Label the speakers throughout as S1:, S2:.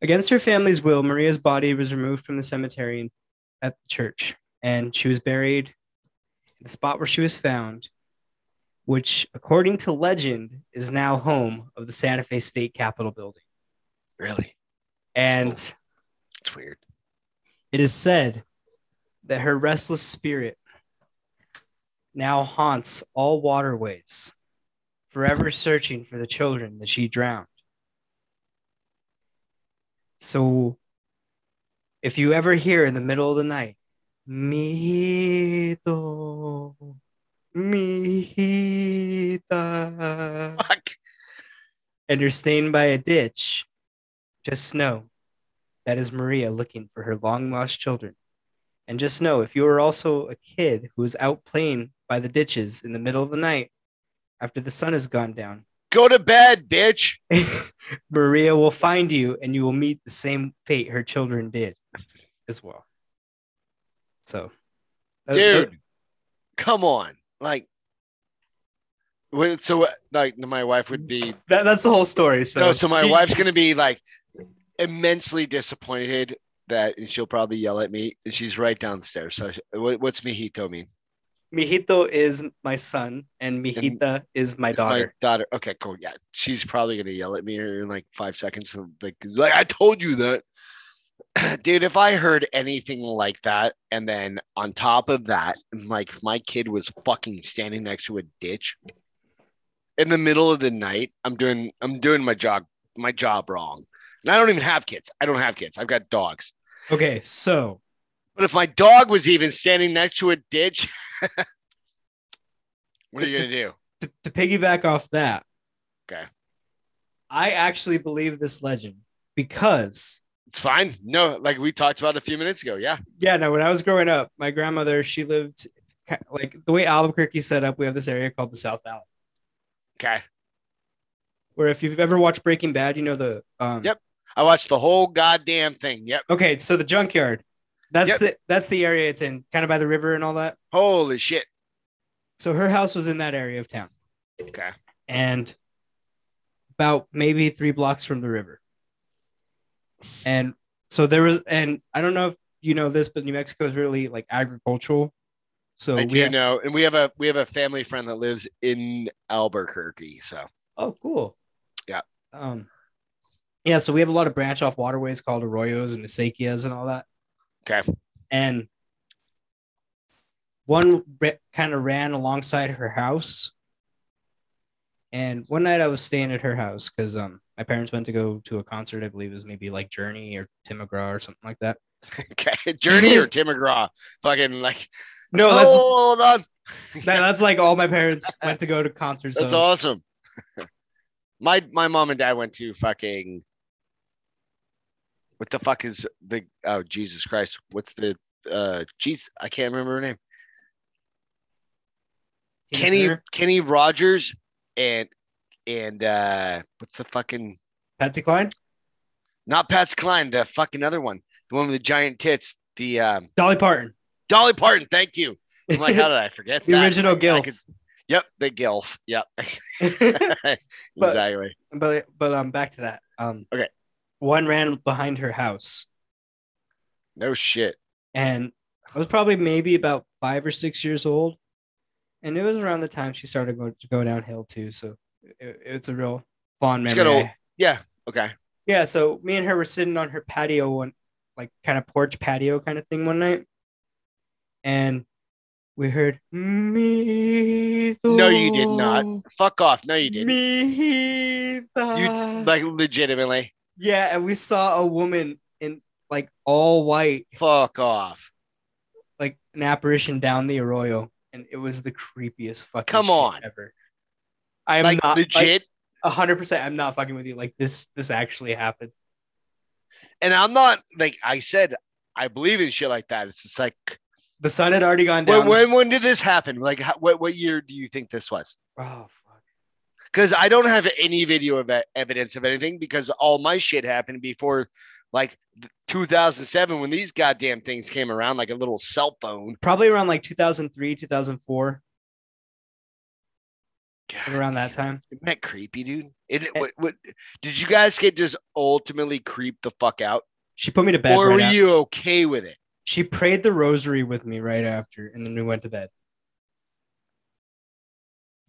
S1: Against her family's will, Maria's body was removed from the cemetery at the church, and she was buried in the spot where she was found, which, according to legend, is now home of the Santa Fe State Capitol building.
S2: Really?
S1: And
S2: It's weird.
S1: it is said that her restless spirit now haunts all waterways, forever searching for the children that she drowned. So, if you ever hear in the middle of the night, Mito, Mita,
S2: Fuck.
S1: and you're staying by a ditch, just know that is Maria looking for her long lost children. And just know if you are also a kid who is out playing by the ditches in the middle of the night after the sun has gone down,
S2: Go to bed, bitch.
S1: Maria will find you and you will meet the same fate her children did as well. So, that- that-
S2: Dude, come on. Like, wait, so, uh, like, my wife would be
S1: that- that's the whole story. So,
S2: No, so my
S1: you-
S2: wife's gonna be like immensely disappointed that and she'll probably yell at me. And she's right downstairs. So she- what, what's mojito mean?
S1: Mijito is my son and Mijita is my daughter.
S2: My daughter. Okay, cool. Yeah, she's probably gonna yell at me here in like five seconds. and, Like, like I told you that, dude. If I heard anything like that, and then on top of that, like if my kid was fucking standing next to a ditch in the middle of the night. I'm doing I'm doing my job my job wrong. And I don't even have kids. I don't have kids. I've got dogs.
S1: Okay, so
S2: But if my dog was even standing next to a ditch, what are you gonna do?
S1: to, to piggyback off that,
S2: Okay.
S1: I actually believe this legend because
S2: It's fine. No, like we talked about a few minutes ago. Yeah.
S1: yeah, no, when I was growing up, my grandmother she lived ki- like the way Albuquerque's set up. We have this area called the South Valley,
S2: Okay.
S1: where if you've ever watched Breaking Bad, you know the um,
S2: Yep. I watched the whole goddamn thing. Yep.
S1: Okay, so the junkyard, that's
S2: Yep.
S1: the that's the area it's in, kind of by the river and all that.
S2: Holy shit.
S1: So her house was in that area of town.
S2: Okay.
S1: and about maybe three blocks from the river. And so there was, and I don't know if you know this, but New Mexico is really like agricultural. So
S2: I
S1: we
S2: do
S1: have-
S2: know. And we have a we have a family friend that lives in Albuquerque. So
S1: oh, cool.
S2: Yeah.
S1: Um, yeah. So we have a lot of branch off waterways called arroyos and acequias and all that.
S2: Okay.
S1: And one kind of ran alongside her house And one night I was staying at her house because um my parents went to go to a concert. I believe it was maybe like Journey or Tim McGraw or something like that.
S2: okay. Journey or Tim McGraw. Fucking like
S1: No,
S2: oh,
S1: that's
S2: hold on.
S1: that, that's like all my parents went to go to concerts.
S2: That's
S1: of.
S2: awesome. my my mom and dad went to fucking what the fuck is the oh Jesus Christ. What's the uh jeez I can't remember her name.
S1: Tina
S2: Kenny
S1: Turner,
S2: Kenny Rogers and and uh what's the fucking
S1: Patsy Cline,
S2: not Pat's Klein, the fucking other one, the one with the giant tits, the um
S1: Dolly Parton,
S2: Dolly Parton, thank you. I'm like, how did I forget
S1: the
S2: Oh that?
S1: original
S2: Like, I
S1: Gilf.
S2: could- yep, the Gilf. Yep. exactly.
S1: but but um back to that. Um
S2: Okay.
S1: One ran behind her house,
S2: No shit.
S1: and I was probably maybe about five or six years old, and it was around the time she started going to go downhill too. So it, it's a real fond
S2: She's
S1: memory.
S2: got
S1: I
S2: old- Yeah. Okay.
S1: Yeah, so me and her were sitting on her patio one like kind of porch patio kind of thing one night. And we heard me
S2: No, you did not. Fuck off. No, you didn't.
S1: Me Uh,
S2: You like legitimately.
S1: Yeah, and we saw a woman in like all white,
S2: Fuck off.
S1: like an apparition down the arroyo, and it was the creepiest fucking
S2: Come
S1: shit
S2: on.
S1: ever. I am
S2: like
S1: not like,
S2: legit.
S1: 100% I'm not fucking with you. Like this this actually happened.
S2: and I'm not like I said, I believe in shit like that. It's just like
S1: The sun had already gone down.
S2: when, when when did this happen? Like how, what what year do you think this was?
S1: oh fuck.
S2: because I don't have any video of that evidence of anything because all my shit happened before like th- 2007 when these goddamn things came around like a little cell phone.
S1: probably around like 2003 2004
S2: God,
S1: around that Eh. time.
S2: isn't that creepy, dude? It, what, what, did you guys get just ultimately creeped the fuck out,
S1: She put me to bed.
S2: or
S1: right
S2: were
S1: after.
S2: you okay with it?
S1: She prayed the rosary with me right after, and then we went to bed.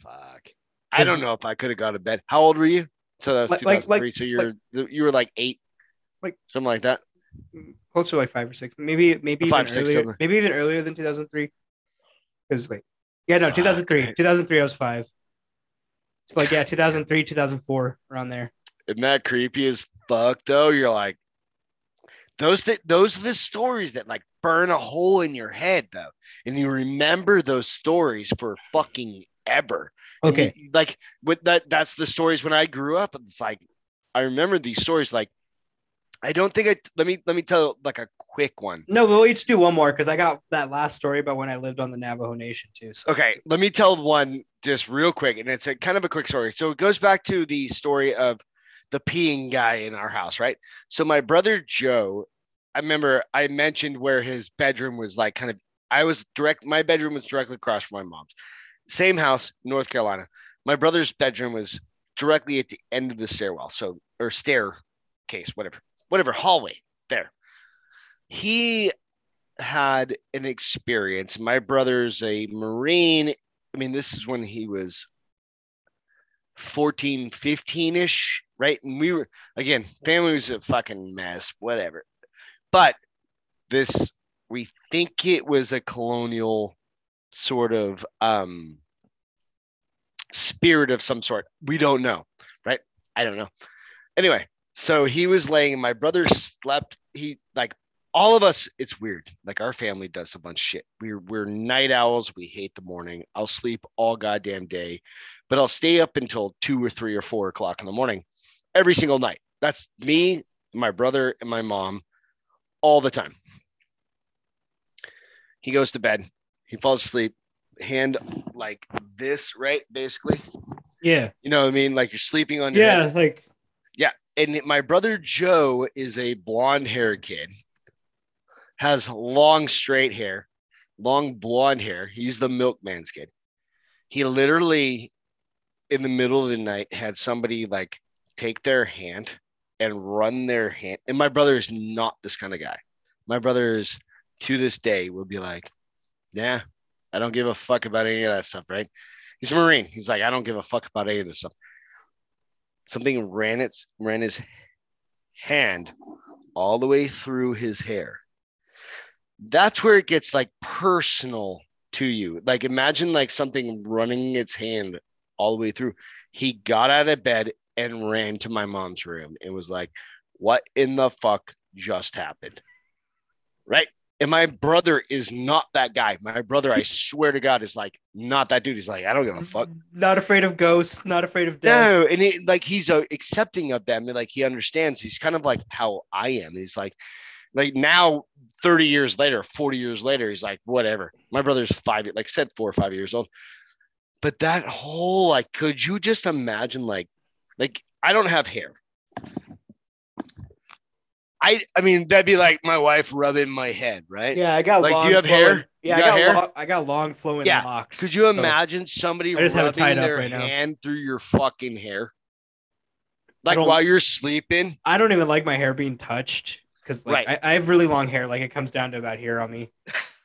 S2: Fuck. I
S1: Is-
S2: don't know if I could have gone to bed. How old were you? So that was
S1: Like- like- like-
S2: 2003. so you're you were like eight,
S1: Like-
S2: something like that.
S1: Close to like five or six, maybe maybe
S2: Five,
S1: even
S2: six,
S1: earlier,
S2: something.
S1: maybe even earlier than two thousand three. Because like, yeah, no,
S2: Fuck,
S1: two thousand three,
S2: right.
S1: two thousand three, I was five. So like, yeah, two thousand three, two thousand four, around there.
S2: Isn't that creepy as fuck though? You're like those th- those are the stories that like burn a hole in your head though, and you remember those stories for fucking ever. And
S1: Okay,
S2: you- like with that that's the stories when I grew up. It's like I remember these stories. Like I don't think I let me let me tell like a quick one.
S1: no, we'll each do one more because I got that last story about when I lived on the Navajo Nation too. So
S2: Okay, let me tell one just real quick, and it's a kind of a quick story. So it goes back to the story of the peeing guy in our house, right? So my brother Joe, I remember I mentioned where his bedroom was like kind of I was direct my bedroom was directly across from my mom's. Same house, North Carolina. My brother's bedroom was directly at the end of the stairwell, so or staircase, whatever, whatever hallway there. He had an experience. My brother's a Marine. I mean, this is when he was 14, 15 ish, right? And we were, again, family was a fucking mess, whatever. But this, we think it was a colonial sort of um, spirit of some sort. We don't know, right? I don't know. Anyway, so he was laying, my brother slept. He, like, all of us it's weird like our family does a bunch of shit we're we're night owls we hate the morning i'll sleep all goddamn day but i'll stay up until two or three or four o'clock in the morning every single night that's me my brother and my mom all the time he goes to bed he falls asleep hand like this right basically
S1: yeah,
S2: you know what i mean like you're sleeping on your head
S1: yeah, like
S2: and my brother Joe is a blonde haired kid, has long straight hair, long blonde hair. He's the milkman's kid. He literally, in the middle of the night, had somebody like take their hand and run their hand. And my brother is not this kind of guy. My brother is to this day will be like, nah, I don't give a fuck about any of that stuff, right? He's a Marine. He's like, I don't give a fuck about any of this stuff something ran its ran his hand all the way through his hair. That's where it gets like personal to you. Like imagine like something running its hand all the way through. He got out of bed and ran to my mom's room and was like, "What in the fuck just happened?" Right? And my brother is not that guy. My brother, I swear to God, is like not that dude. He's like, I don't give a fuck.
S1: not afraid of ghosts, not afraid of death.
S2: No, and it, like he's uh, accepting of them, and like he understands. He's kind of like how I am. He's like, like now, thirty years later, forty years later, he's like, whatever. My brother's five, like I said, four or five years old. But that whole like, could you just imagine like, like I don't have hair. I I mean that'd be like my wife rubbing my head, right?
S1: Yeah, I got
S2: Like, do
S1: long.
S2: you have
S1: flowing-
S2: hair?
S1: Yeah,
S2: You
S1: I
S2: got
S1: got
S2: hair?
S1: long, I got long flowing
S2: Yeah.
S1: locks.
S2: Could you
S1: so-
S2: imagine somebody
S1: I just have it tied
S2: rubbing
S1: up
S2: their
S1: right now.
S2: hand through your fucking hair? Like
S1: don't-
S2: while you're sleeping?
S1: I don't even like my hair being touched because like
S2: Right.
S1: I, I have really long hair. Like it comes down to about here on me,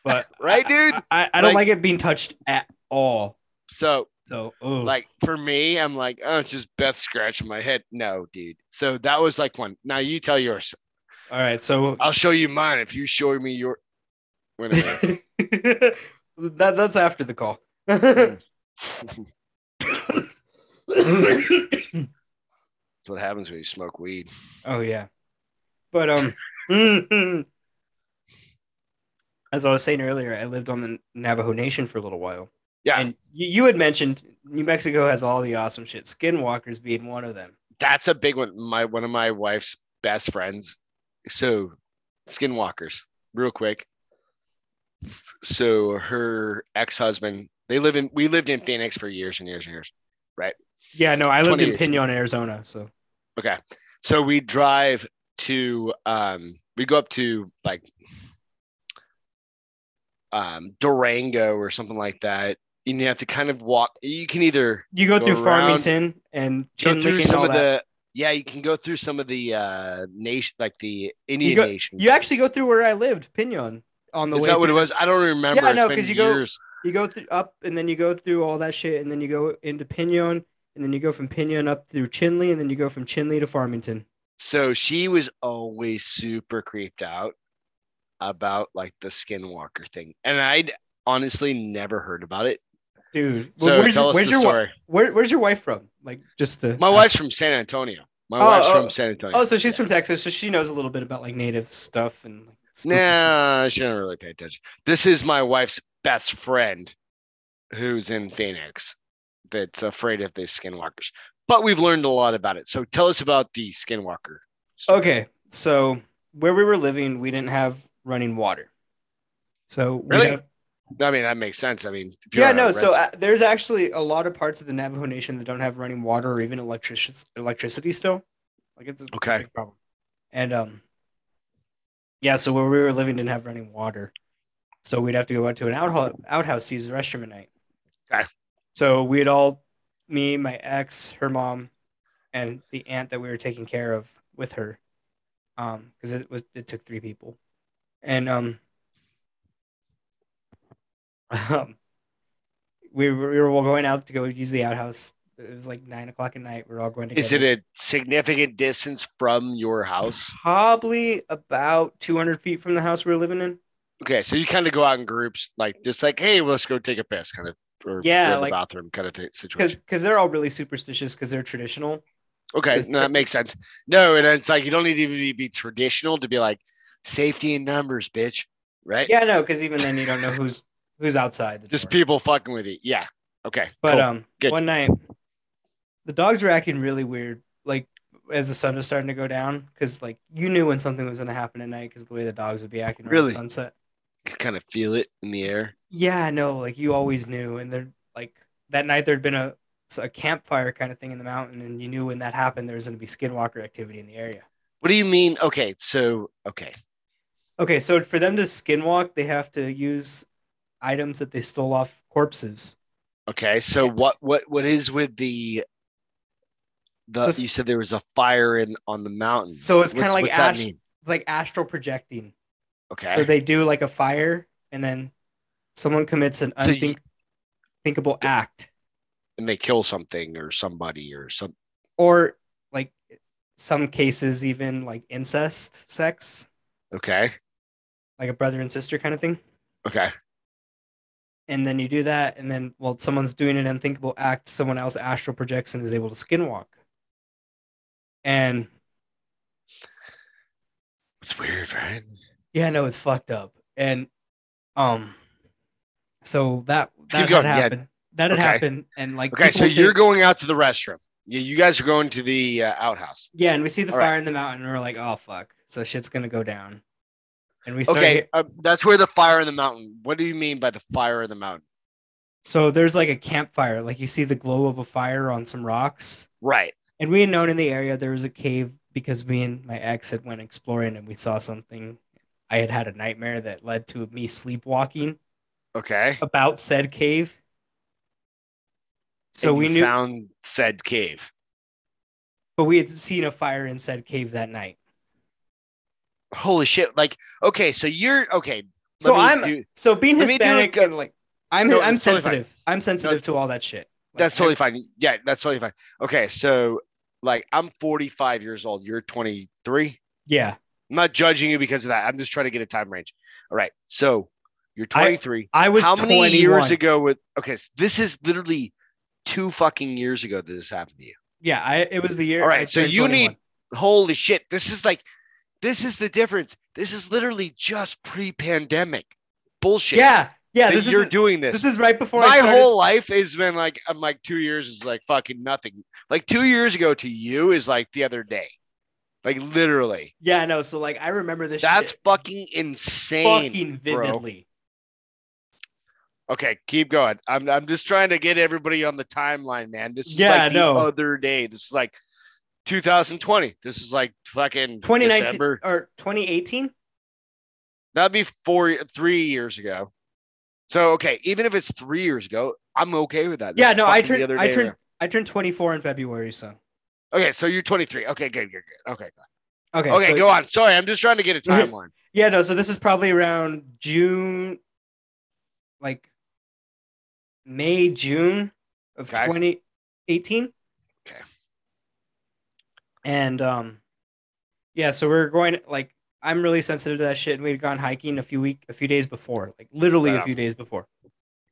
S1: but
S2: Right, dude?
S1: I, I, I don't
S2: Like-
S1: like, it being touched at all.
S2: So,
S1: So oh,
S2: like for me, I'm like, oh, it's just Beth scratching my head. No, dude. So that was like one. Now you tell yours.
S1: all right. So
S2: I'll show you mine if you show me your. Wait a minute.
S1: that that's after the call.
S2: Mm. That's what happens when you smoke weed.
S1: Oh yeah, but um, as I was saying earlier, I lived on the Navajo Nation for a little while.
S2: Yeah.
S1: and you, you had mentioned New Mexico has all the awesome shit. Skinwalkers being one of them.
S2: That's a big one. My one of my wife's best friends. So, skinwalkers, real quick. So her ex-husband, they live in. We lived in Phoenix for years and years and years.
S1: Yeah, no, I lived in
S2: 20
S1: Pinon, Arizona, so
S2: Okay. So we drive to um we go up to like um Durango or something like that and you have to kind of walk. You can either
S1: You go,
S2: Go
S1: through
S2: around,
S1: Farmington and
S2: go
S1: Chin
S2: through
S1: Lick and
S2: some
S1: all
S2: of
S1: that.
S2: the yeah, you can go through some of the uh nation like the Indian
S1: go-
S2: nations.
S1: You actually go through where I lived, Pinion, on the
S2: Is
S1: way.
S2: that what it
S1: through.
S2: was? I don't remember.
S1: Yeah,
S2: It's
S1: no,
S2: been
S1: 'cause you go-
S2: years.
S1: You go through up and then you go through all that shit and then you go into Pinion and then you go from Pinion up through Chinley and then you go from Chinley to Farmington.
S2: So she was always super creeped out about like the skinwalker thing, and I'd honestly never heard about it.
S1: Dude,
S2: So
S1: where's,
S2: tell
S1: your-
S2: us
S1: where's
S2: the
S1: your wi-
S2: story.
S1: where, where's your wife from? Like just to
S2: My
S1: ask-
S2: wife's from San Antonio. My
S1: Oh,
S2: wife's
S1: oh.
S2: from San Antonio.
S1: Oh, so she's from Texas, so she knows a little bit about like native stuff and like spooky shit.
S2: Nah, she doesn't really pay attention. This is my wife's best friend who's in Phoenix that's afraid of the skinwalkers. But we've learned a lot about it. So tell us about the skinwalker.
S1: Okay, so where we were living, we didn't have running water. So we'd
S2: Really?
S1: have-
S2: I mean, that makes sense. I mean, if you're
S1: yeah,
S2: on a
S1: no.
S2: red-
S1: So uh, there's actually a lot of parts of the Navajo Nation that don't have running water or even electric electricity still. Like it's, a- it's
S2: Okay.
S1: a big problem. And um, yeah. So where we were living didn't have running water, so we'd have to go out to an outhouse, outhouse to use the restroom at night.
S2: Okay.
S1: So we'd all, me, my ex, her mom, and the aunt that we were taking care of with her, um, because it was it took three people, and um. Um, we were, we were all going out to go use the outhouse. It was like nine o'clock at night. We are all going together.
S2: is it a significant distance from your house?
S1: Probably about 200 feet from the house we were living in.
S2: Okay, so you kind of go out in groups, like just like, hey, let's go take a piss, kind of, or
S1: Yeah,
S2: go to
S1: like-
S2: the bathroom kind of thing, situation.
S1: Because they're all really superstitious because they're traditional.
S2: Okay,
S1: 'cause-
S2: no, that makes sense. No, and it's like you don't need to even be traditional to be like safety in numbers, bitch, right?
S1: Yeah, no, because even then you don't know who's who's outside the door.
S2: just people fucking with you. Yeah. Okay.
S1: But
S2: cool.
S1: um,
S2: Good.
S1: one night, the dogs were acting really weird, like as the sun was starting to go down, because like you knew when something was going to happen at night because the way the dogs would be acting around
S2: Really?
S1: sunset.
S2: you kind of feel it in the air.
S1: Yeah, no, like you always knew, and there like that night there'd been a a campfire kind of thing in the mountain, and you knew when that happened there was going to be skinwalker activity in the area.
S2: What do you mean? Okay, so okay,
S1: Okay, so for them to skinwalk, they have to use items that they stole off corpses.
S2: okay. So what what what is with the the
S1: So s-
S2: you said there was a fire in on the mountain.
S1: So it's
S2: What-
S1: kind of like
S2: what's that
S1: ast-
S2: mean?
S1: it's like astral projecting.
S2: Okay.
S1: So they do like a fire, and then someone commits an
S2: So you-
S1: unthinkable act,
S2: and they kill something or somebody or some
S1: or like some cases even like incest, sex,
S2: okay.
S1: like a brother and sister kind of thing.
S2: Okay.
S1: and then you do that, and then while someone's doing an unthinkable act, someone else astral projects and is able to skinwalk. And
S2: It's weird, right?
S1: yeah, no, it's fucked up. And um, so that that
S2: going,
S1: had
S2: yeah.
S1: happened. That had
S2: Okay.
S1: happened, and like
S2: Okay, so
S1: people
S2: you're
S1: did-
S2: going out to the restroom. Yeah, you guys are going to the uh, outhouse.
S1: yeah, and we see the
S2: All
S1: fire
S2: right.
S1: in the mountain, and we're like, oh fuck, so shit's gonna go down. And we start
S2: Okay, uh, that's where the fire in the mountain. What do you mean by the fire in the mountain?
S1: so there's like a campfire, like you see the glow of a fire on some rocks.
S2: Right.
S1: And we had known in the area there was a cave because me and my ex had went exploring and we saw something. I had had a nightmare that led to me sleepwalking
S2: Okay.
S1: about said cave. So
S2: and
S1: we
S2: you
S1: knew,
S2: found said cave.
S1: but we had seen a fire in said cave that night.
S2: Holy shit! Like, okay, so you're okay. let
S1: So
S2: me
S1: I'm-
S2: do-
S1: So being
S2: Let me do
S1: Hispanic
S2: a-
S1: and like I'm
S2: No,
S1: I'm
S2: it's totally fine.
S1: sensitive. I'm sensitive to all that shit. Like,
S2: that's
S1: I-
S2: totally fine. Yeah, that's totally fine. Okay, so like I'm 45 years old. You're 23.
S1: yeah.
S2: I'm not judging you because of that. I'm just trying to get a time range. All right, so you're 23.
S1: I was
S2: How many
S1: 21.
S2: years ago? With okay, so this is literally two fucking years ago that this happened to you.
S1: Yeah, I it was the year.
S2: All
S1: I
S2: right, so
S1: turned
S2: you
S1: 21.
S2: need- Holy shit! This is like, this is the difference. This is literally just pre-pandemic bullshit.
S1: Yeah, yeah.
S2: that
S1: This is
S2: you're
S1: the-
S2: doing this.
S1: this is right before I
S2: my
S1: started.
S2: whole life has been like I'm like two years is like fucking nothing. Like two years ago to you is like the other day. Like literally.
S1: yeah, no. So like I remember this.
S2: That's
S1: shit
S2: fucking insane.
S1: fucking
S2: bro.
S1: vividly.
S2: Okay, keep going. I'm I'm just trying to get everybody on the timeline, man. This is
S1: Yeah,
S2: like the
S1: no.
S2: other day. This is like 2020. This is like fucking
S1: 2019
S2: December.
S1: or 2018
S2: That'd be four three years ago. So okay, even if it's three years ago, I'm okay with that.
S1: Yeah,
S2: This
S1: no, I
S2: fucking the
S1: turned
S2: other
S1: I
S2: day
S1: turned I turned 24 in February, so
S2: where- Okay, so you're 23. Okay, good, good, good. Okay,
S1: okay.
S2: okay,
S1: so,
S2: go on. Sorry, I'm just trying to get a timeline.
S1: Yeah, no, so this is probably around June, like May, June of
S2: Okay.
S1: 2018.
S2: Okay.
S1: And um yeah, so we're going like I'm really sensitive to that shit. And we'd gone hiking a few week a few days before, like literally a
S2: Yeah.
S1: few days before.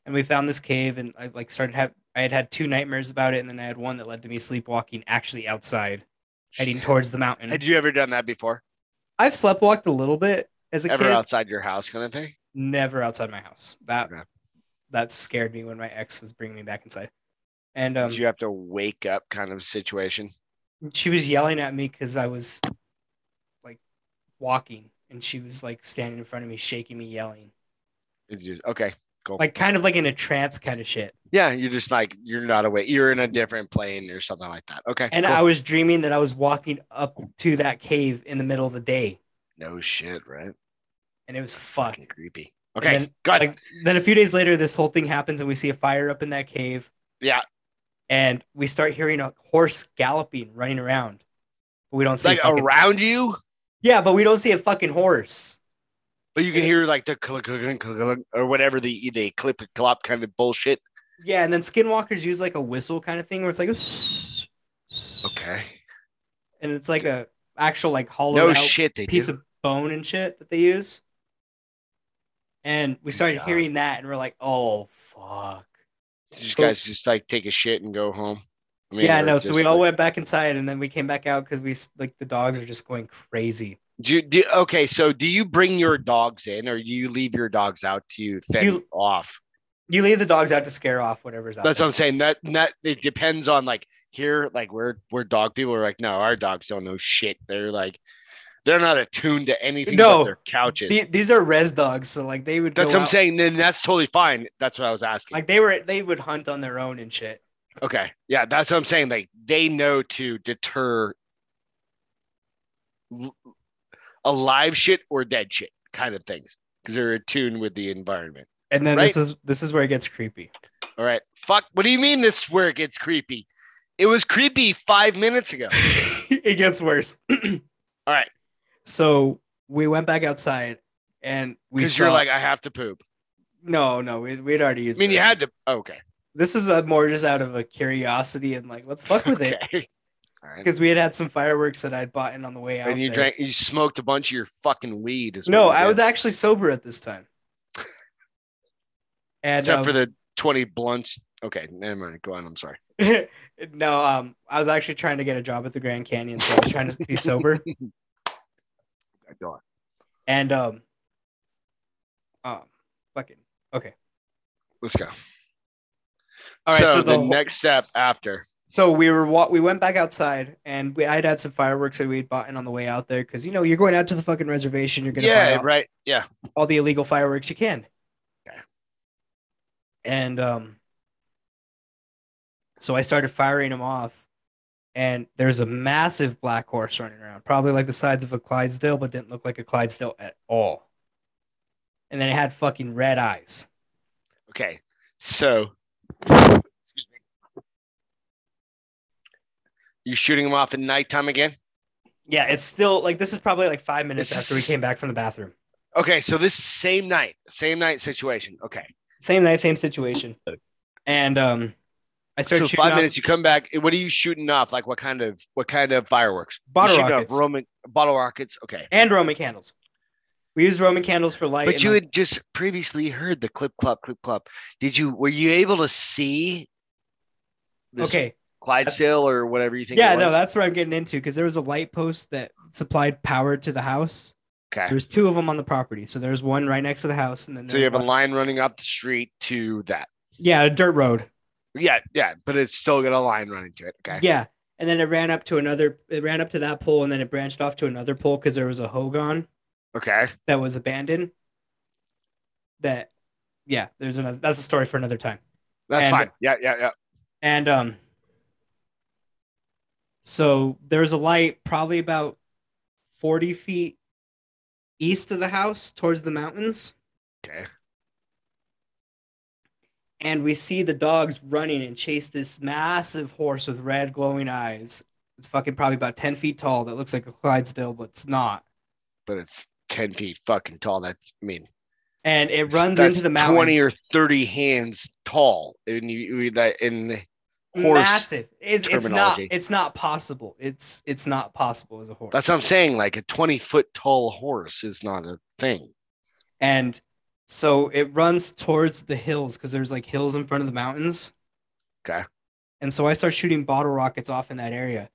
S1: And we found this cave and I like started have I had had two nightmares about it and then I had one that led to me sleepwalking actually outside heading towards the mountain.
S2: Had you ever done that before?
S1: I've sleptwalked a little bit as a
S2: Ever
S1: kid
S2: outside your house, kind of thing?
S1: never outside my house. That
S2: Okay.
S1: that scared me when my ex was bringing me back inside, and um,
S2: Did you have to wake up, kind of situation?
S1: she was yelling at me because I was like walking, and she was like standing in front of me, shaking me, yelling,
S2: It just- okay, cool.
S1: like kind of like in a trance kind of shit.
S2: yeah, you're just like you're not awake. You're in a different plane or something like that. Okay,
S1: And
S2: cool.
S1: I was dreaming that I was walking up to that cave in the middle of the day,
S2: no shit, right?
S1: and it was fuck.
S2: Fucking creepy. Okay,
S1: then,
S2: good.
S1: Like then a few days later, this whole thing happens, and we see a fire up in that cave.
S2: yeah,
S1: And we start hearing a horse galloping, running around. But we don't see
S2: like
S1: fucking-
S2: around you,
S1: Yeah, but we don't see a fucking horse.
S2: but you can hear like the click, click, click, click, click, or whatever the the clip clop kind of bullshit.
S1: Yeah, and then skinwalkers use like a whistle kind of thing where it's like
S2: Okay,
S1: and it's like a actual like hollowed
S2: no
S1: out
S2: shit, they
S1: piece
S2: do.
S1: of bone and shit that they use. And we started
S2: God.
S1: hearing that and we're like, oh fuck.
S2: Did you guys just like take a shit and go home. I mean,
S1: yeah,
S2: or
S1: no.
S2: just,
S1: So we all
S2: like-
S1: went back inside and then we came back out because we s- like the dogs are just going crazy.
S2: Do, you- do okay. So do you bring your dogs in, or do you leave your dogs out to fend
S1: You-
S2: off?
S1: You leave the dogs out to scare off whatever's out
S2: That's what
S1: there.
S2: I'm saying. That that it depends on like here, like we're we're dog people. We're like, no, our dogs don't know shit. They're like, they're not attuned to anything.
S1: No.
S2: but their couches.
S1: The- these are res dogs, so like they would
S2: that's
S1: go
S2: what I'm
S1: out-
S2: saying. Then that's totally fine. That's what I was asking.
S1: Like they were they would hunt on their own and shit.
S2: okay, yeah, that's what I'm saying. Like they know to deter l- alive shit or dead shit kind of things because they're attuned with the environment.
S1: And then this is this is where it gets creepy.
S2: All right. Fuck. What do you mean this is where it gets creepy? It was creepy five minutes ago.
S1: it gets worse.
S2: All right.
S1: So we went back outside and we
S2: Because
S1: saw,
S2: you're like, I have to poop.
S1: no, no, we, we'd already
S2: I
S1: used
S2: mean, you
S1: this.
S2: had to. oh, okay.
S1: this is uh more just out of a curiosity and like let's fuck with it
S2: Okay. All right.
S1: because we had had some fireworks that I'd bought in on the way out.
S2: And you
S1: there.
S2: drank, you smoked a bunch of your fucking weed. Is what
S1: no,
S2: you
S1: I
S2: did.
S1: was actually sober at this time. And
S2: Except
S1: um,
S2: for the 20 blunts. Okay. Never mind. Go on. I'm sorry.
S1: no, um, I was actually trying to get a job at the Grand Canyon, so I was trying to be sober.
S2: Go on.
S1: And um, um, fucking okay.
S2: Let's go.
S1: All right. So,
S2: the,
S1: the, whole-
S2: next step after.
S1: so we were wa- we went back outside, and we I'd had some fireworks that we'd bought in on the way out there because you know you're going out to the fucking reservation, you're gonna buy
S2: Yeah.
S1: all,
S2: Right. Yeah.
S1: all the illegal fireworks you can.
S2: Okay.
S1: And um, so I started firing them off, and there's a massive black horse running around, probably like the size of a Clydesdale, but didn't look like a Clydesdale at all. And then it had fucking red eyes.
S2: Okay. So Excuse me. you shooting them off at nighttime again?
S1: Yeah, it's still like this is probably like five minutes
S2: This
S1: after we
S2: is-
S1: came back from the bathroom.
S2: Okay, so this same night, same night situation. Okay,
S1: Same night, same situation. And um, I
S2: so
S1: started shooting
S2: five
S1: off
S2: minutes. You come back. What are you shooting off? Like what kind of what kind of fireworks? You
S1: bottle
S2: shooting off
S1: rockets
S2: Roman bottle rockets. Okay,
S1: and Roman candles. We used Roman candles for light.
S2: but
S1: and,
S2: you
S1: like,
S2: had just previously heard the clip clop clip clop. Did you were you able to see? This
S1: okay,
S2: Clydesdale or whatever you think. it
S1: yeah,
S2: was?
S1: no, that's what I'm getting into because there was a light post that supplied power to the house.
S2: Okay.
S1: There's two of them on the property, so there's one right next to the house, and then
S2: So you
S1: there's
S2: have a
S1: one-
S2: line running up the street to that.
S1: yeah, a dirt road.
S2: Yeah, yeah, but it's still got a line running to it. Okay.
S1: Yeah, and then it ran up to another. It ran up to that pole, and then it branched off to another pole because there was a hogan.
S2: Okay.
S1: that was abandoned. That, yeah, there's another. That's a story for another time.
S2: That's
S1: And-
S2: fine. Yeah, yeah, yeah.
S1: And um, so there's a light probably about forty feet east of the house towards the mountains,
S2: Okay.
S1: and we see the dogs running and chase this massive horse with red glowing eyes. It's fucking probably about 10 feet tall that looks like a Clydesdale, but it's not.
S2: but it's 10 feet fucking tall. That I mean,
S1: And it runs
S2: that's
S1: into the mountains.
S2: 20 or 30 hands tall. And you, you that in horse.
S1: massive. It, it's not.
S2: terminology.
S1: It's not possible. It's it's not possible as a horse.
S2: That's what I'm saying. Like a 20 foot tall horse is not a thing.
S1: and so it runs towards the hills because there's like hills in front of the mountains.
S2: Okay.
S1: And so I start shooting bottle rockets off in that area,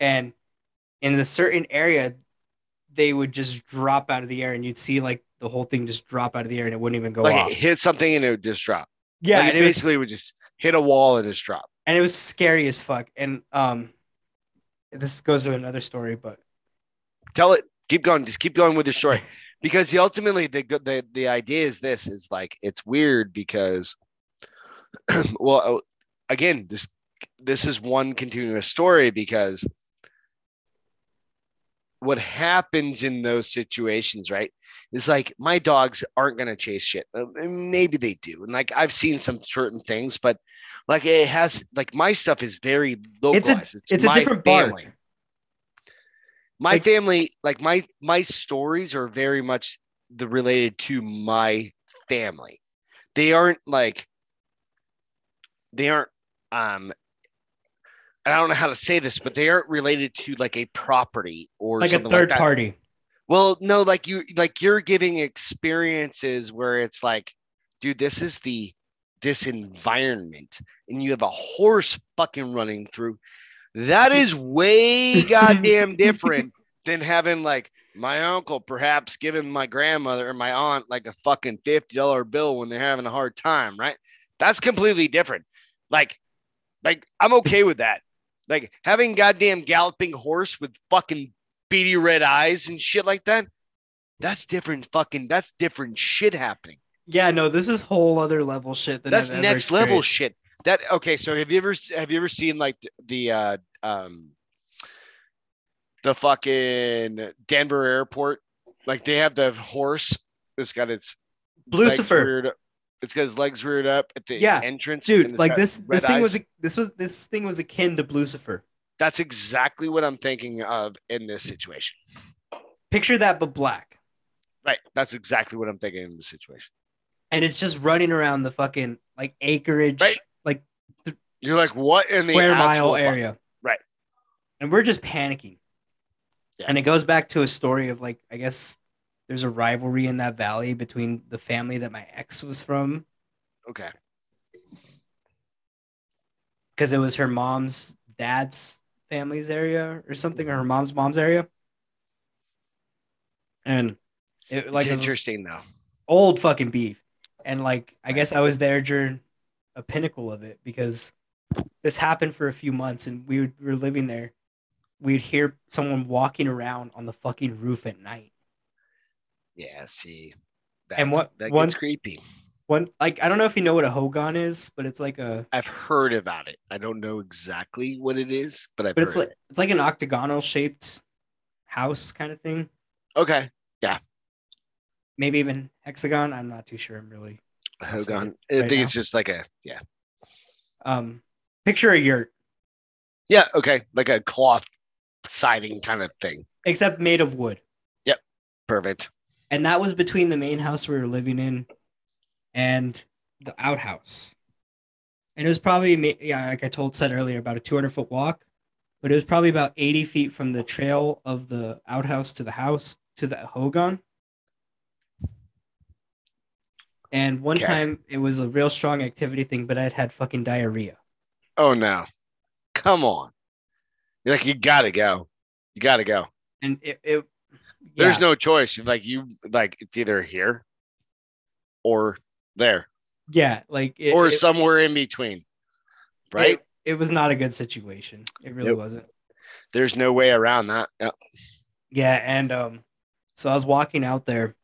S1: and in a certain area, they would just drop out of the air, and you'd see like the whole thing just drop out of the air, and it wouldn't even go
S2: like
S1: off.
S2: it hit something and it would just drop.
S1: yeah,
S2: Like,
S1: and
S2: it
S1: it was-
S2: basically would just hit a wall and just drop.
S1: and it was scary as fuck. And um, this goes to another story, but
S2: Tell it. Keep going. Just keep going with the story. because the, ultimately the, go- the the idea is this is like it's weird because well oh, again this this is one continuous story because what happens in those situations right is like my dogs aren't going to chase shit Uh, maybe they do and like i've seen some certain things but like it has like my stuff is very localized
S1: it's a
S2: my
S1: different bark.
S2: family. my
S1: Like-
S2: family like my my stories are very much the related to my family they aren't like they aren't um and i don't know how to say this but they aren't related to like a property or
S1: like a
S2: something
S1: third
S2: that.
S1: party.
S2: Well, no, like you like you're giving experiences where it's like, dude, this is the this environment, and you have a horse fucking running through. That is way goddamn different than having like my uncle perhaps giving my grandmother or my aunt like a fucking $50 bill when they're having a hard time, right? That's completely different. Like, like I'm okay with that. Like having goddamn galloping horse with fucking beady red eyes and shit like that. That's different fucking that's different shit happening.
S1: Yeah, no, this is whole other level shit. Than
S2: that's
S1: I've ever
S2: next level
S1: experienced.
S2: shit. That okay, so have you ever have you ever seen like the, the uh um the fucking Denver airport? Like they have the horse that's got its legs
S1: Lucifer,
S2: reared up. It's got his legs reared up at the
S1: Yeah,
S2: entrance. and
S1: dude,
S2: it's
S1: like
S2: got
S1: this.
S2: red
S1: This thing
S2: eyes.
S1: was this was this thing was akin to Lucifer.
S2: that's exactly what I'm thinking of in this situation.
S1: Picture that, but black,
S2: Right. That's exactly what I'm thinking in this situation.
S1: and it's just running around the fucking like acreage,
S2: Right. You're like, what in the
S1: square mile
S2: actual fuck?
S1: area,
S2: Right.
S1: And we're just panicking.
S2: Yeah.
S1: And it goes back to a story of like I guess there's a rivalry in that valley between the family that my ex was from
S2: Okay.
S1: because it was her mom's dad's family's area or something, or her mom's mom's area. And it like
S2: Like
S1: it was
S2: it's interesting though.
S1: old fucking beef. And like I guess I was there during a pinnacle of it because this happened for a few months and we, would, we were living there. We'd hear someone walking around on the fucking roof at night.
S2: Yeah, see.
S1: And
S2: that's-
S1: what-
S2: that
S1: one-
S2: gets creepy.
S1: One like I don't know if you know what a hogan is, but it's like a
S2: I've heard about it. I don't know exactly what it is, but I've
S1: but
S2: heard
S1: it's
S2: of
S1: like it's like an octagonal shaped house kind of thing.
S2: it. okay.
S1: Maybe even hexagon. I'm not too sure. I'm really That's
S2: Hold on. I
S1: right
S2: think it's just like a yeah.
S1: um picture a yurt
S2: Yeah, okay. Like a cloth siding kind of thing.
S1: except made of wood
S2: Perfect.
S1: and that was between the main house we were living in and the outhouse and it was probably ma- yeah like i told said earlier about a 200 foot walk but it was probably about 80 feet from the trail of the outhouse to the house to the hogan and one
S2: Okay.
S1: time it was a real strong activity thing but i'd had fucking diarrhea
S2: Oh no. Come on. You're like, you gotta go. You gotta go.
S1: and it, it
S2: There's
S1: yeah.
S2: no choice. Like you like it's either here or there
S1: yeah like it,
S2: or
S1: it-
S2: somewhere in between. Right?
S1: It, it was not a good situation. It really
S2: Nope.
S1: wasn't.
S2: There's no way around that. Yeah.
S1: Yeah, and um, so I was walking out there,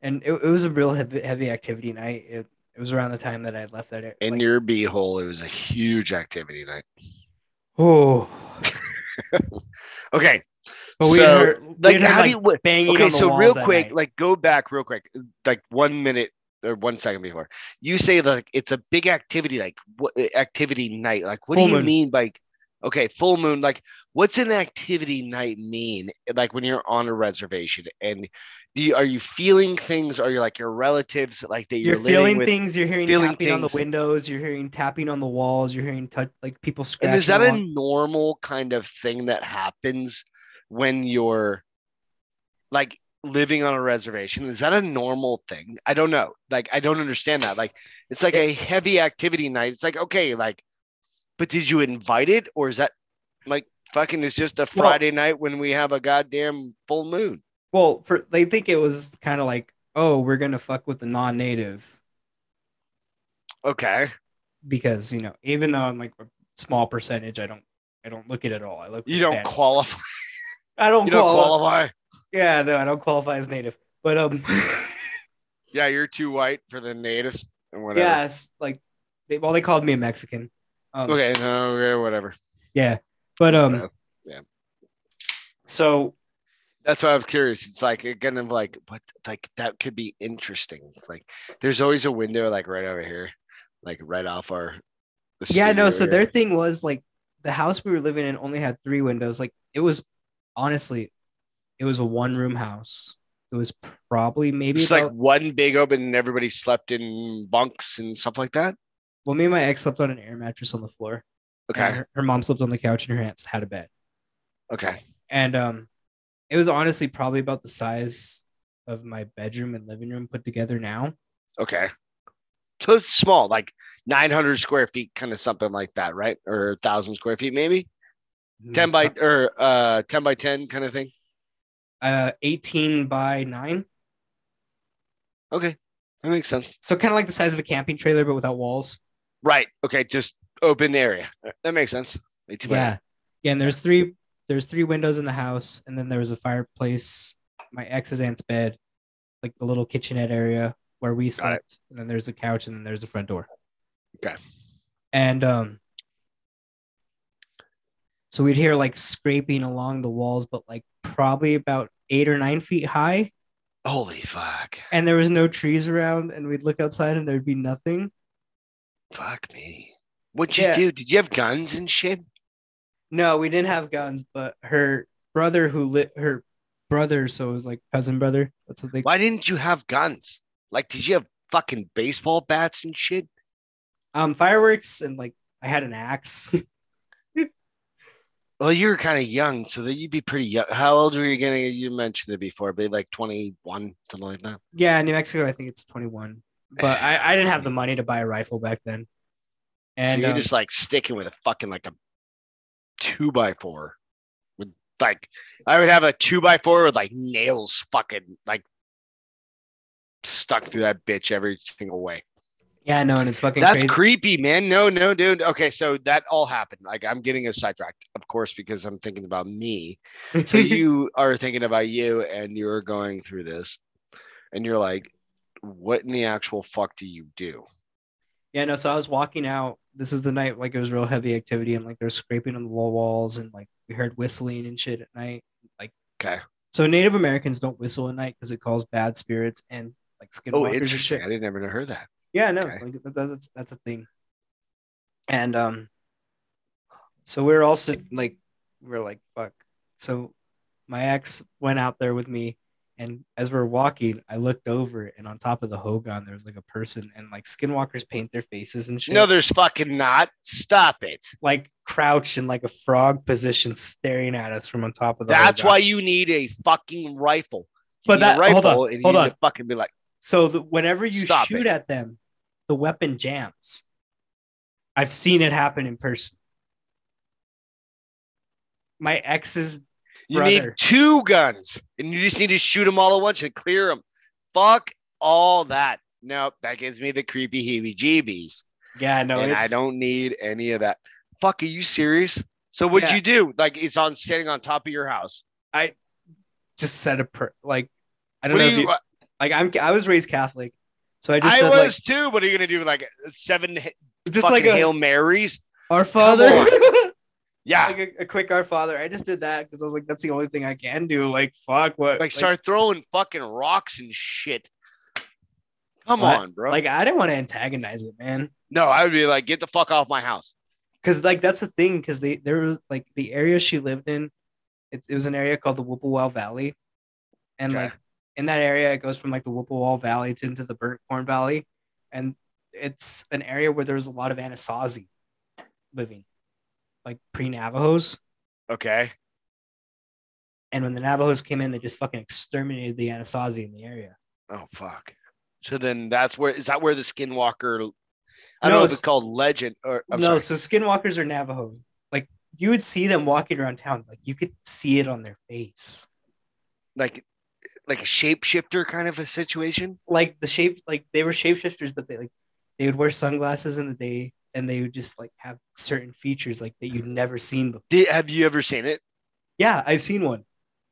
S1: and it, it was a real heavy, heavy activity night. It, it was around the time that I had left that area.
S2: In
S1: like,
S2: your beehole, it was a huge activity night.
S1: oh,
S2: Okay.
S1: but we
S2: So,
S1: heard,
S2: Like,
S1: we heard,
S2: how do you, what,
S1: banging
S2: okay,
S1: on the
S2: so
S1: walls
S2: real
S1: that
S2: quick,
S1: night.
S2: like go back real quick, like one minute or one second before you say like it's a big activity like what activity night like what
S1: Full
S2: do you
S1: moon.
S2: mean by okay full moon like what's an activity night mean like when you're on a reservation and do you, are you feeling things are you like your relatives like that you're,
S1: You're,
S2: living
S1: feeling
S2: with?
S1: things. You're hearing
S2: feeling
S1: tapping on the
S2: things.
S1: windows. You're hearing tapping on the walls. You're hearing touch like people scratching.
S2: And is that a
S1: along-
S2: normal kind of thing that happens when you're like living on a reservation? Is that a normal thing? I don't know. Like, I don't understand that. Like, it's like a heavy activity night. It's like, okay, like, but did you invite it? Or is that like fucking it's just a Friday night when we have a goddamn full moon?
S1: Well, for they think it was kind of like, oh, we're gonna fuck with the non-native
S2: Okay.
S1: because you know, even though I'm like a small percentage, I don't, I don't look at it all. I look.
S2: You don't
S1: Hispanic.
S2: qualify.
S1: I don't,
S2: You don't
S1: quali-
S2: qualify.
S1: Yeah, no, I don't qualify as native. But um,
S2: Yeah, you're too white for the natives and whatever.
S1: yes, like they well, they called me a Mexican. Um,
S2: Okay, no, okay, whatever.
S1: Yeah, but um,
S2: So, yeah.
S1: So
S2: That's why I'm curious. It's like again, I'm like, what? Like that could be interesting. It's like there's always a window like right over here, like right off our. the
S1: yeah, no.
S2: studio
S1: So
S2: area.
S1: their thing was like the house we were living in only had three windows. Like it was honestly, it was a one room house. It was probably maybe
S2: It's
S1: about,
S2: like one big open, and everybody slept in bunks and stuff like that.
S1: well, me and my ex slept on an air mattress on the floor. and
S2: Okay,
S1: her, her mom slept on the couch and her aunt had a bed.
S2: okay,
S1: And um, it was honestly probably about the size of my bedroom and living room put together now.
S2: okay. So it's small, like 900 square feet, kind of something like that, right? Or 1,000 square feet, maybe
S1: Mm,
S2: 10 by or uh 10 by 10 kind of thing.
S1: uh 18 by 9.
S2: Okay, that makes sense.
S1: So kind of like the size of a camping trailer, but without walls.
S2: Right. Okay, just open area. That makes sense. 18 by
S1: Yeah. Yeah, and there's three there's three windows in the house, and then there was a fireplace, my ex's aunt's bed, like the little kitchenette area where we slept, and then there's a couch, and then there's a front door.
S2: Okay.
S1: And um so we'd hear like scraping along the walls, but like probably about eight or nine feet high,
S2: Holy fuck.
S1: and there was no trees around, and we'd look outside and there'd be nothing.
S2: Fuck me. What'd you
S1: Yeah.
S2: do? Did you have guns and shit?
S1: No, we didn't have guns, but her brother who lit her brother, so it was like cousin brother. That's what they.
S2: Why didn't you have guns? Like, did you have fucking baseball bats and shit?
S1: Um, fireworks and like I had an axe.
S2: Well, you were kind of young, so that you'd be pretty young. How old were you gonna? You mentioned it before, but like 21, something like that.
S1: yeah, New Mexico, I think it's twenty one, but I, I didn't have the money to buy a rifle back then. And
S2: And so you're
S1: um,
S2: just like sticking with a fucking like a two by four with like I would have a two by four with like nails fucking like stuck through that bitch every single way.
S1: yeah, no, and it's fucking
S2: That's
S1: crazy.
S2: creepy, man. No, no, dude. Okay, so that all happened. Like I'm getting a sidetracked, of course, because I'm thinking about me. So you are thinking about you and you're going through this and you're like, what in the actual fuck do you do?
S1: yeah, no. So I was walking out. This is the night like it was real heavy activity, and like there's scraping on the low walls, and like we heard whistling and shit at night.
S2: Okay.
S1: So Native Americans don't whistle at night because it calls bad spirits and like
S2: Oh,
S1: skinwalkers and shit.
S2: interesting. I didn't ever heard that.
S1: Yeah, no,
S2: Okay.
S1: like, that, that's that's a thing. And um, so we are also like, we are like, fuck. So my ex went out there with me, and as we are walking, I looked over, and on top of the hogan, there was like a person, and like skinwalkers paint their faces and shit,
S2: No, there's fucking not. Stop it.
S1: like crouched in like a frog position, staring at us from on top of the.
S2: That's
S1: hogan.
S2: why you need a fucking rifle. You
S1: But
S2: need a
S1: that- hold on,
S2: rifle and you
S1: hold
S2: need
S1: on.
S2: to fucking be like,
S1: So the, whenever you
S2: Stop
S1: shoot
S2: it.
S1: at them, the weapon jams. I've seen it happen in person. My ex's
S2: you need
S1: Brother.
S2: two guns and you just need to shoot them all at once and clear them. Fuck all that. Nope, that gives me the creepy heebie jeebies.
S1: yeah, no,
S2: and
S1: it's,
S2: I don't need any of that. Fuck, are you serious? So what'd
S1: Yeah.
S2: you do? Like it's on standing on top of your house.
S1: just said a per like I don't
S2: What
S1: know
S2: do
S1: if
S2: you, uh,
S1: you, like I'm I was raised Catholic, so I just
S2: I
S1: said
S2: was
S1: like
S2: too. What are you gonna do? Like uh, seven h-
S1: just like
S2: fucking
S1: a
S2: Hail Marys?
S1: Our Father,
S2: Yeah.
S1: like a, a quick Our Father. I just did that because I was like, that's the only thing I can do. Like fuck, what
S2: like, start throwing fucking rocks and shit. Come
S1: What?
S2: on, bro.
S1: Like I didn't want to antagonize it, man.
S2: no, I would be like, get the fuck off my house.
S1: Cause like that's the thing, because they there was like the area she lived in, it, it was an area called the Whipplewell Valley. And
S2: Okay.
S1: like in that area, it goes from like the Whipplewell Valley to into the Burnt Corn Valley. And it's an area where there's a lot of Anasazi living, like pre-Navajos.
S2: Okay.
S1: And when the Navajos came in, they just fucking exterminated the Anasazi in the area.
S2: Oh fuck. So then that's where is that where the skinwalker I
S1: No,
S2: don't know if
S1: it's-
S2: it's called legend or I'm
S1: no,
S2: sorry.
S1: so skinwalkers are Navajo. Like you would see them walking around town, like you could see it on their face.
S2: like like a shapeshifter kind of a situation.
S1: Like the shape, like they were shapeshifters, but they like they would wear sunglasses in the day, and they would just like have certain features like that you'd never seen before.
S2: Did, have you ever seen it?
S1: Yeah, I've seen one.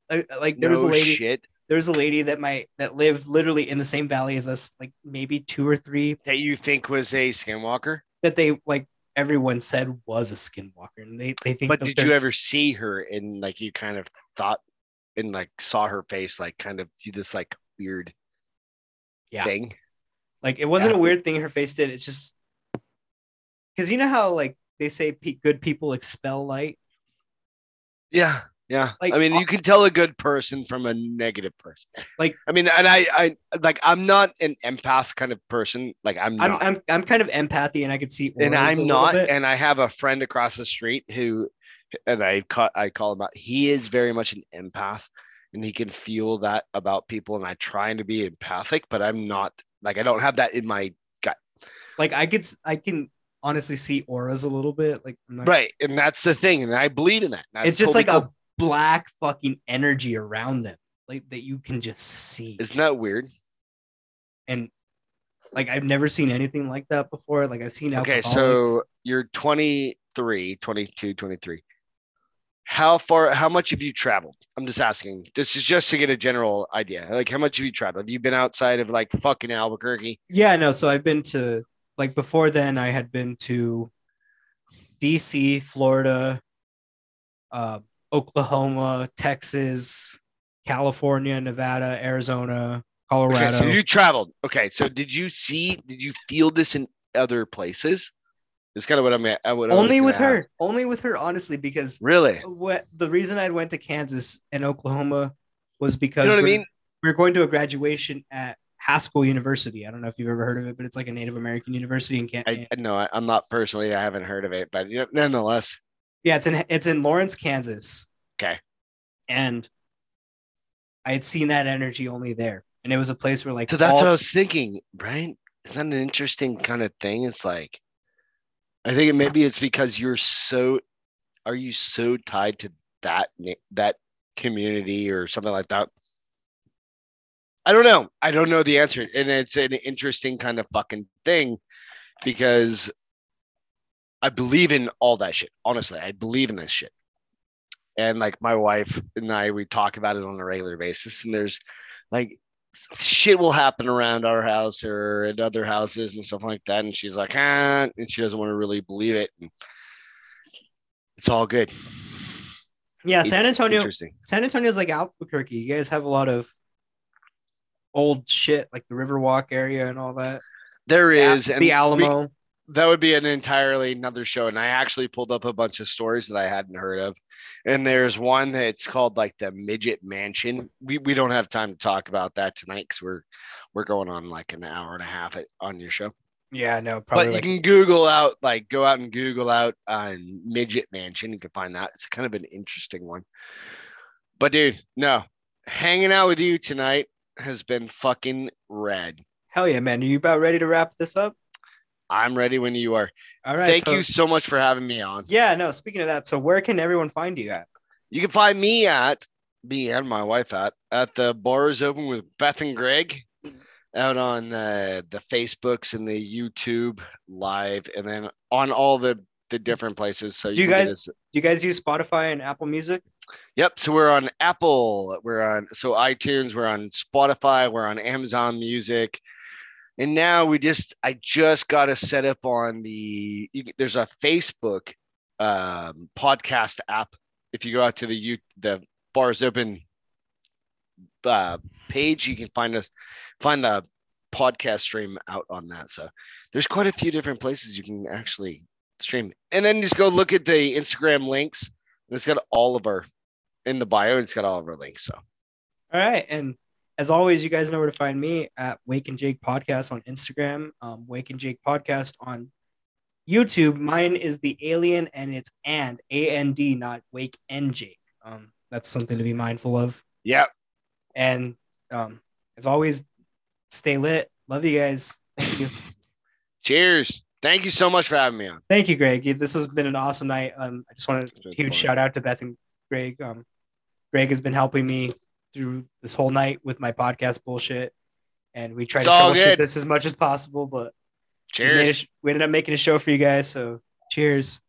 S1: I, I- like there was a
S2: No
S1: lady,
S2: shit.
S1: there was a lady that my that lived literally in the same valley as us, like maybe two or three
S2: that you think was a skinwalker.
S1: that they like everyone said was a skinwalker, and they they think.
S2: But
S1: that
S2: did you
S1: they're-
S2: ever see her and like you kind of thought and like saw her face like kind of do this like weird
S1: Yeah.
S2: thing?
S1: Like it wasn't
S2: Yeah.
S1: a weird thing her face did. It's just because you know how like they say pe- good people expel light.
S2: Yeah. Yeah.
S1: Like,
S2: I mean,
S1: uh,
S2: you can tell a good person from a negative person.
S1: Like-
S2: I mean, and I, I like, I'm not an empath kind of person. Like, I'm
S1: I'm
S2: not.
S1: I'm I'm kind of empathy and I could see.
S2: and
S1: auras a
S2: I'm
S1: little
S2: not.
S1: bit.
S2: And I have a friend across the street who, and I call, I call him out. He is very much an empath, and he can feel that about people. And I try to be empathic, but I'm not. Like I don't have that in my
S1: Like I could s- I can honestly see auras a little bit. Like I'm not,
S2: right, and that's the thing. And I believe in that. That's
S1: It's just
S2: totally
S1: like
S2: cool.
S1: a black fucking energy around them, like that you can just see.
S2: Isn't that weird?
S1: And like I've never seen anything like that before. Like I've seen
S2: Okay,
S1: alcoholics.
S2: so you're 23, 22, 23. How far, how much have you traveled? I'm just asking. This is just to get a general idea. Like, how much have you traveled? Have you been outside of like fucking Albuquerque?
S1: Yeah, no. So I've been to like before then I had been to DC, Florida, uh, Oklahoma, Texas, California, Nevada, Arizona,
S2: Okay,
S1: Colorado.
S2: so you traveled. Okay, so did you see, did you feel this in other places? It's kind of what I'm at. What I was
S1: Only
S2: gonna
S1: with
S2: ask.
S1: her. Only with her, honestly, because
S2: Really?
S1: what the reason I went to Kansas and Oklahoma was because
S2: You know what I
S1: we're,
S2: mean?
S1: we're going to a graduation at Haskell University. I don't know if you've ever heard of it, but it's like a Native American university in Kansas.
S2: I, I know I, I'm not personally, I haven't heard of it, but you know, nonetheless,
S1: Yeah, it's in it's in Lawrence, Kansas.
S2: Okay.
S1: And I had seen that energy only there. And it was a place where like
S2: So that's
S1: all-
S2: what I was thinking, right? It's not an interesting kind of thing. It's like, I think it- maybe it's because you're so, are you so tied to that ni- that community or something like that? I don't know. I don't know the answer, and it's an interesting kind of fucking thing because I believe in all that shit. Honestly, I believe in this shit, and like my wife and I, we talk about it on a regular basis. And there's like shit will happen around our house or at other houses and stuff like that. And she's like, ah, and she doesn't want to really believe it. And it's all good.
S1: yeah, San
S2: It's
S1: Antonio
S2: Interesting.
S1: San Antonio's like Albuquerque. You guys have a lot of old shit, like the Riverwalk area and all that.
S2: There is
S1: the,
S2: and we-
S1: Alamo.
S2: that would be an entirely another show. And I actually pulled up a bunch of stories that I hadn't heard of. And there's one that's called like the Midget Mansion. We we don't have time to talk about that tonight because we're we're going on like an hour and a half at, on your show.
S1: yeah, no, probably
S2: but
S1: like,
S2: you can Google out, like, go out and Google out on midget mansion. You can find that. It's kind of an interesting one. But dude, no, hanging out with you tonight has been fucking rad.
S1: hell yeah, man. Are you about ready to wrap this up?
S2: I'm ready when you are.
S1: All right.
S2: Thank
S1: so-
S2: you so much for having me on.
S1: Yeah, no, speaking of that, so where can everyone find you at?
S2: You can find me at me and my wife at at the bars open with Beth and Greg out on uh, the Facebooks and the YouTube live and then on all the the different places. So
S1: Do you
S2: can get
S1: guys-
S2: us-
S1: Do you guys use Spotify and Apple Music?
S2: Yep. So we're on Apple. We're on so iTunes. We're on Spotify. We're on Amazon Music. And now we just I just got a set up on the you, can- there's a Facebook um, podcast app. If you go out to the you the bars open uh, page, you can find us find the podcast stream out on that. So there's quite a few different places you can actually stream. And then just go look at the Instagram links. And it's got all of our in the bio, it's got all of our links. So
S1: All right. And as always, you guys know where to find me at Wake and Jake Podcast on Instagram, um, Wake and Jake Podcast on YouTube. Mine is the alien and it's and A N D, not Wake and Jake. Um, that's something to be mindful of.
S2: yeah,
S1: And um, as always, stay lit. Love you guys. Thank you.
S2: cheers. Thank you so much for having me on.
S1: Thank you, Greg. You- This has been an awesome night. Um, I just want
S2: It's
S1: to
S2: been
S1: huge
S2: fun.
S1: shout out to Beth and Greg. Um, Greg has been helping me through this whole night with my podcast bullshit, and we try
S2: It's
S1: to
S2: all
S1: troubleshoot
S2: good.
S1: this as much as possible. But we, made a
S2: Cheers.
S1: sh- we ended up making a show for you guys, so cheers.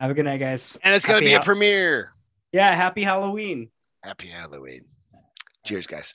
S1: Have a good night, guys.
S2: And it's going
S1: Happy
S2: to be a
S1: Hal-
S2: premiere.
S1: Yeah, happy Halloween.
S2: Happy Halloween. Cheers, guys.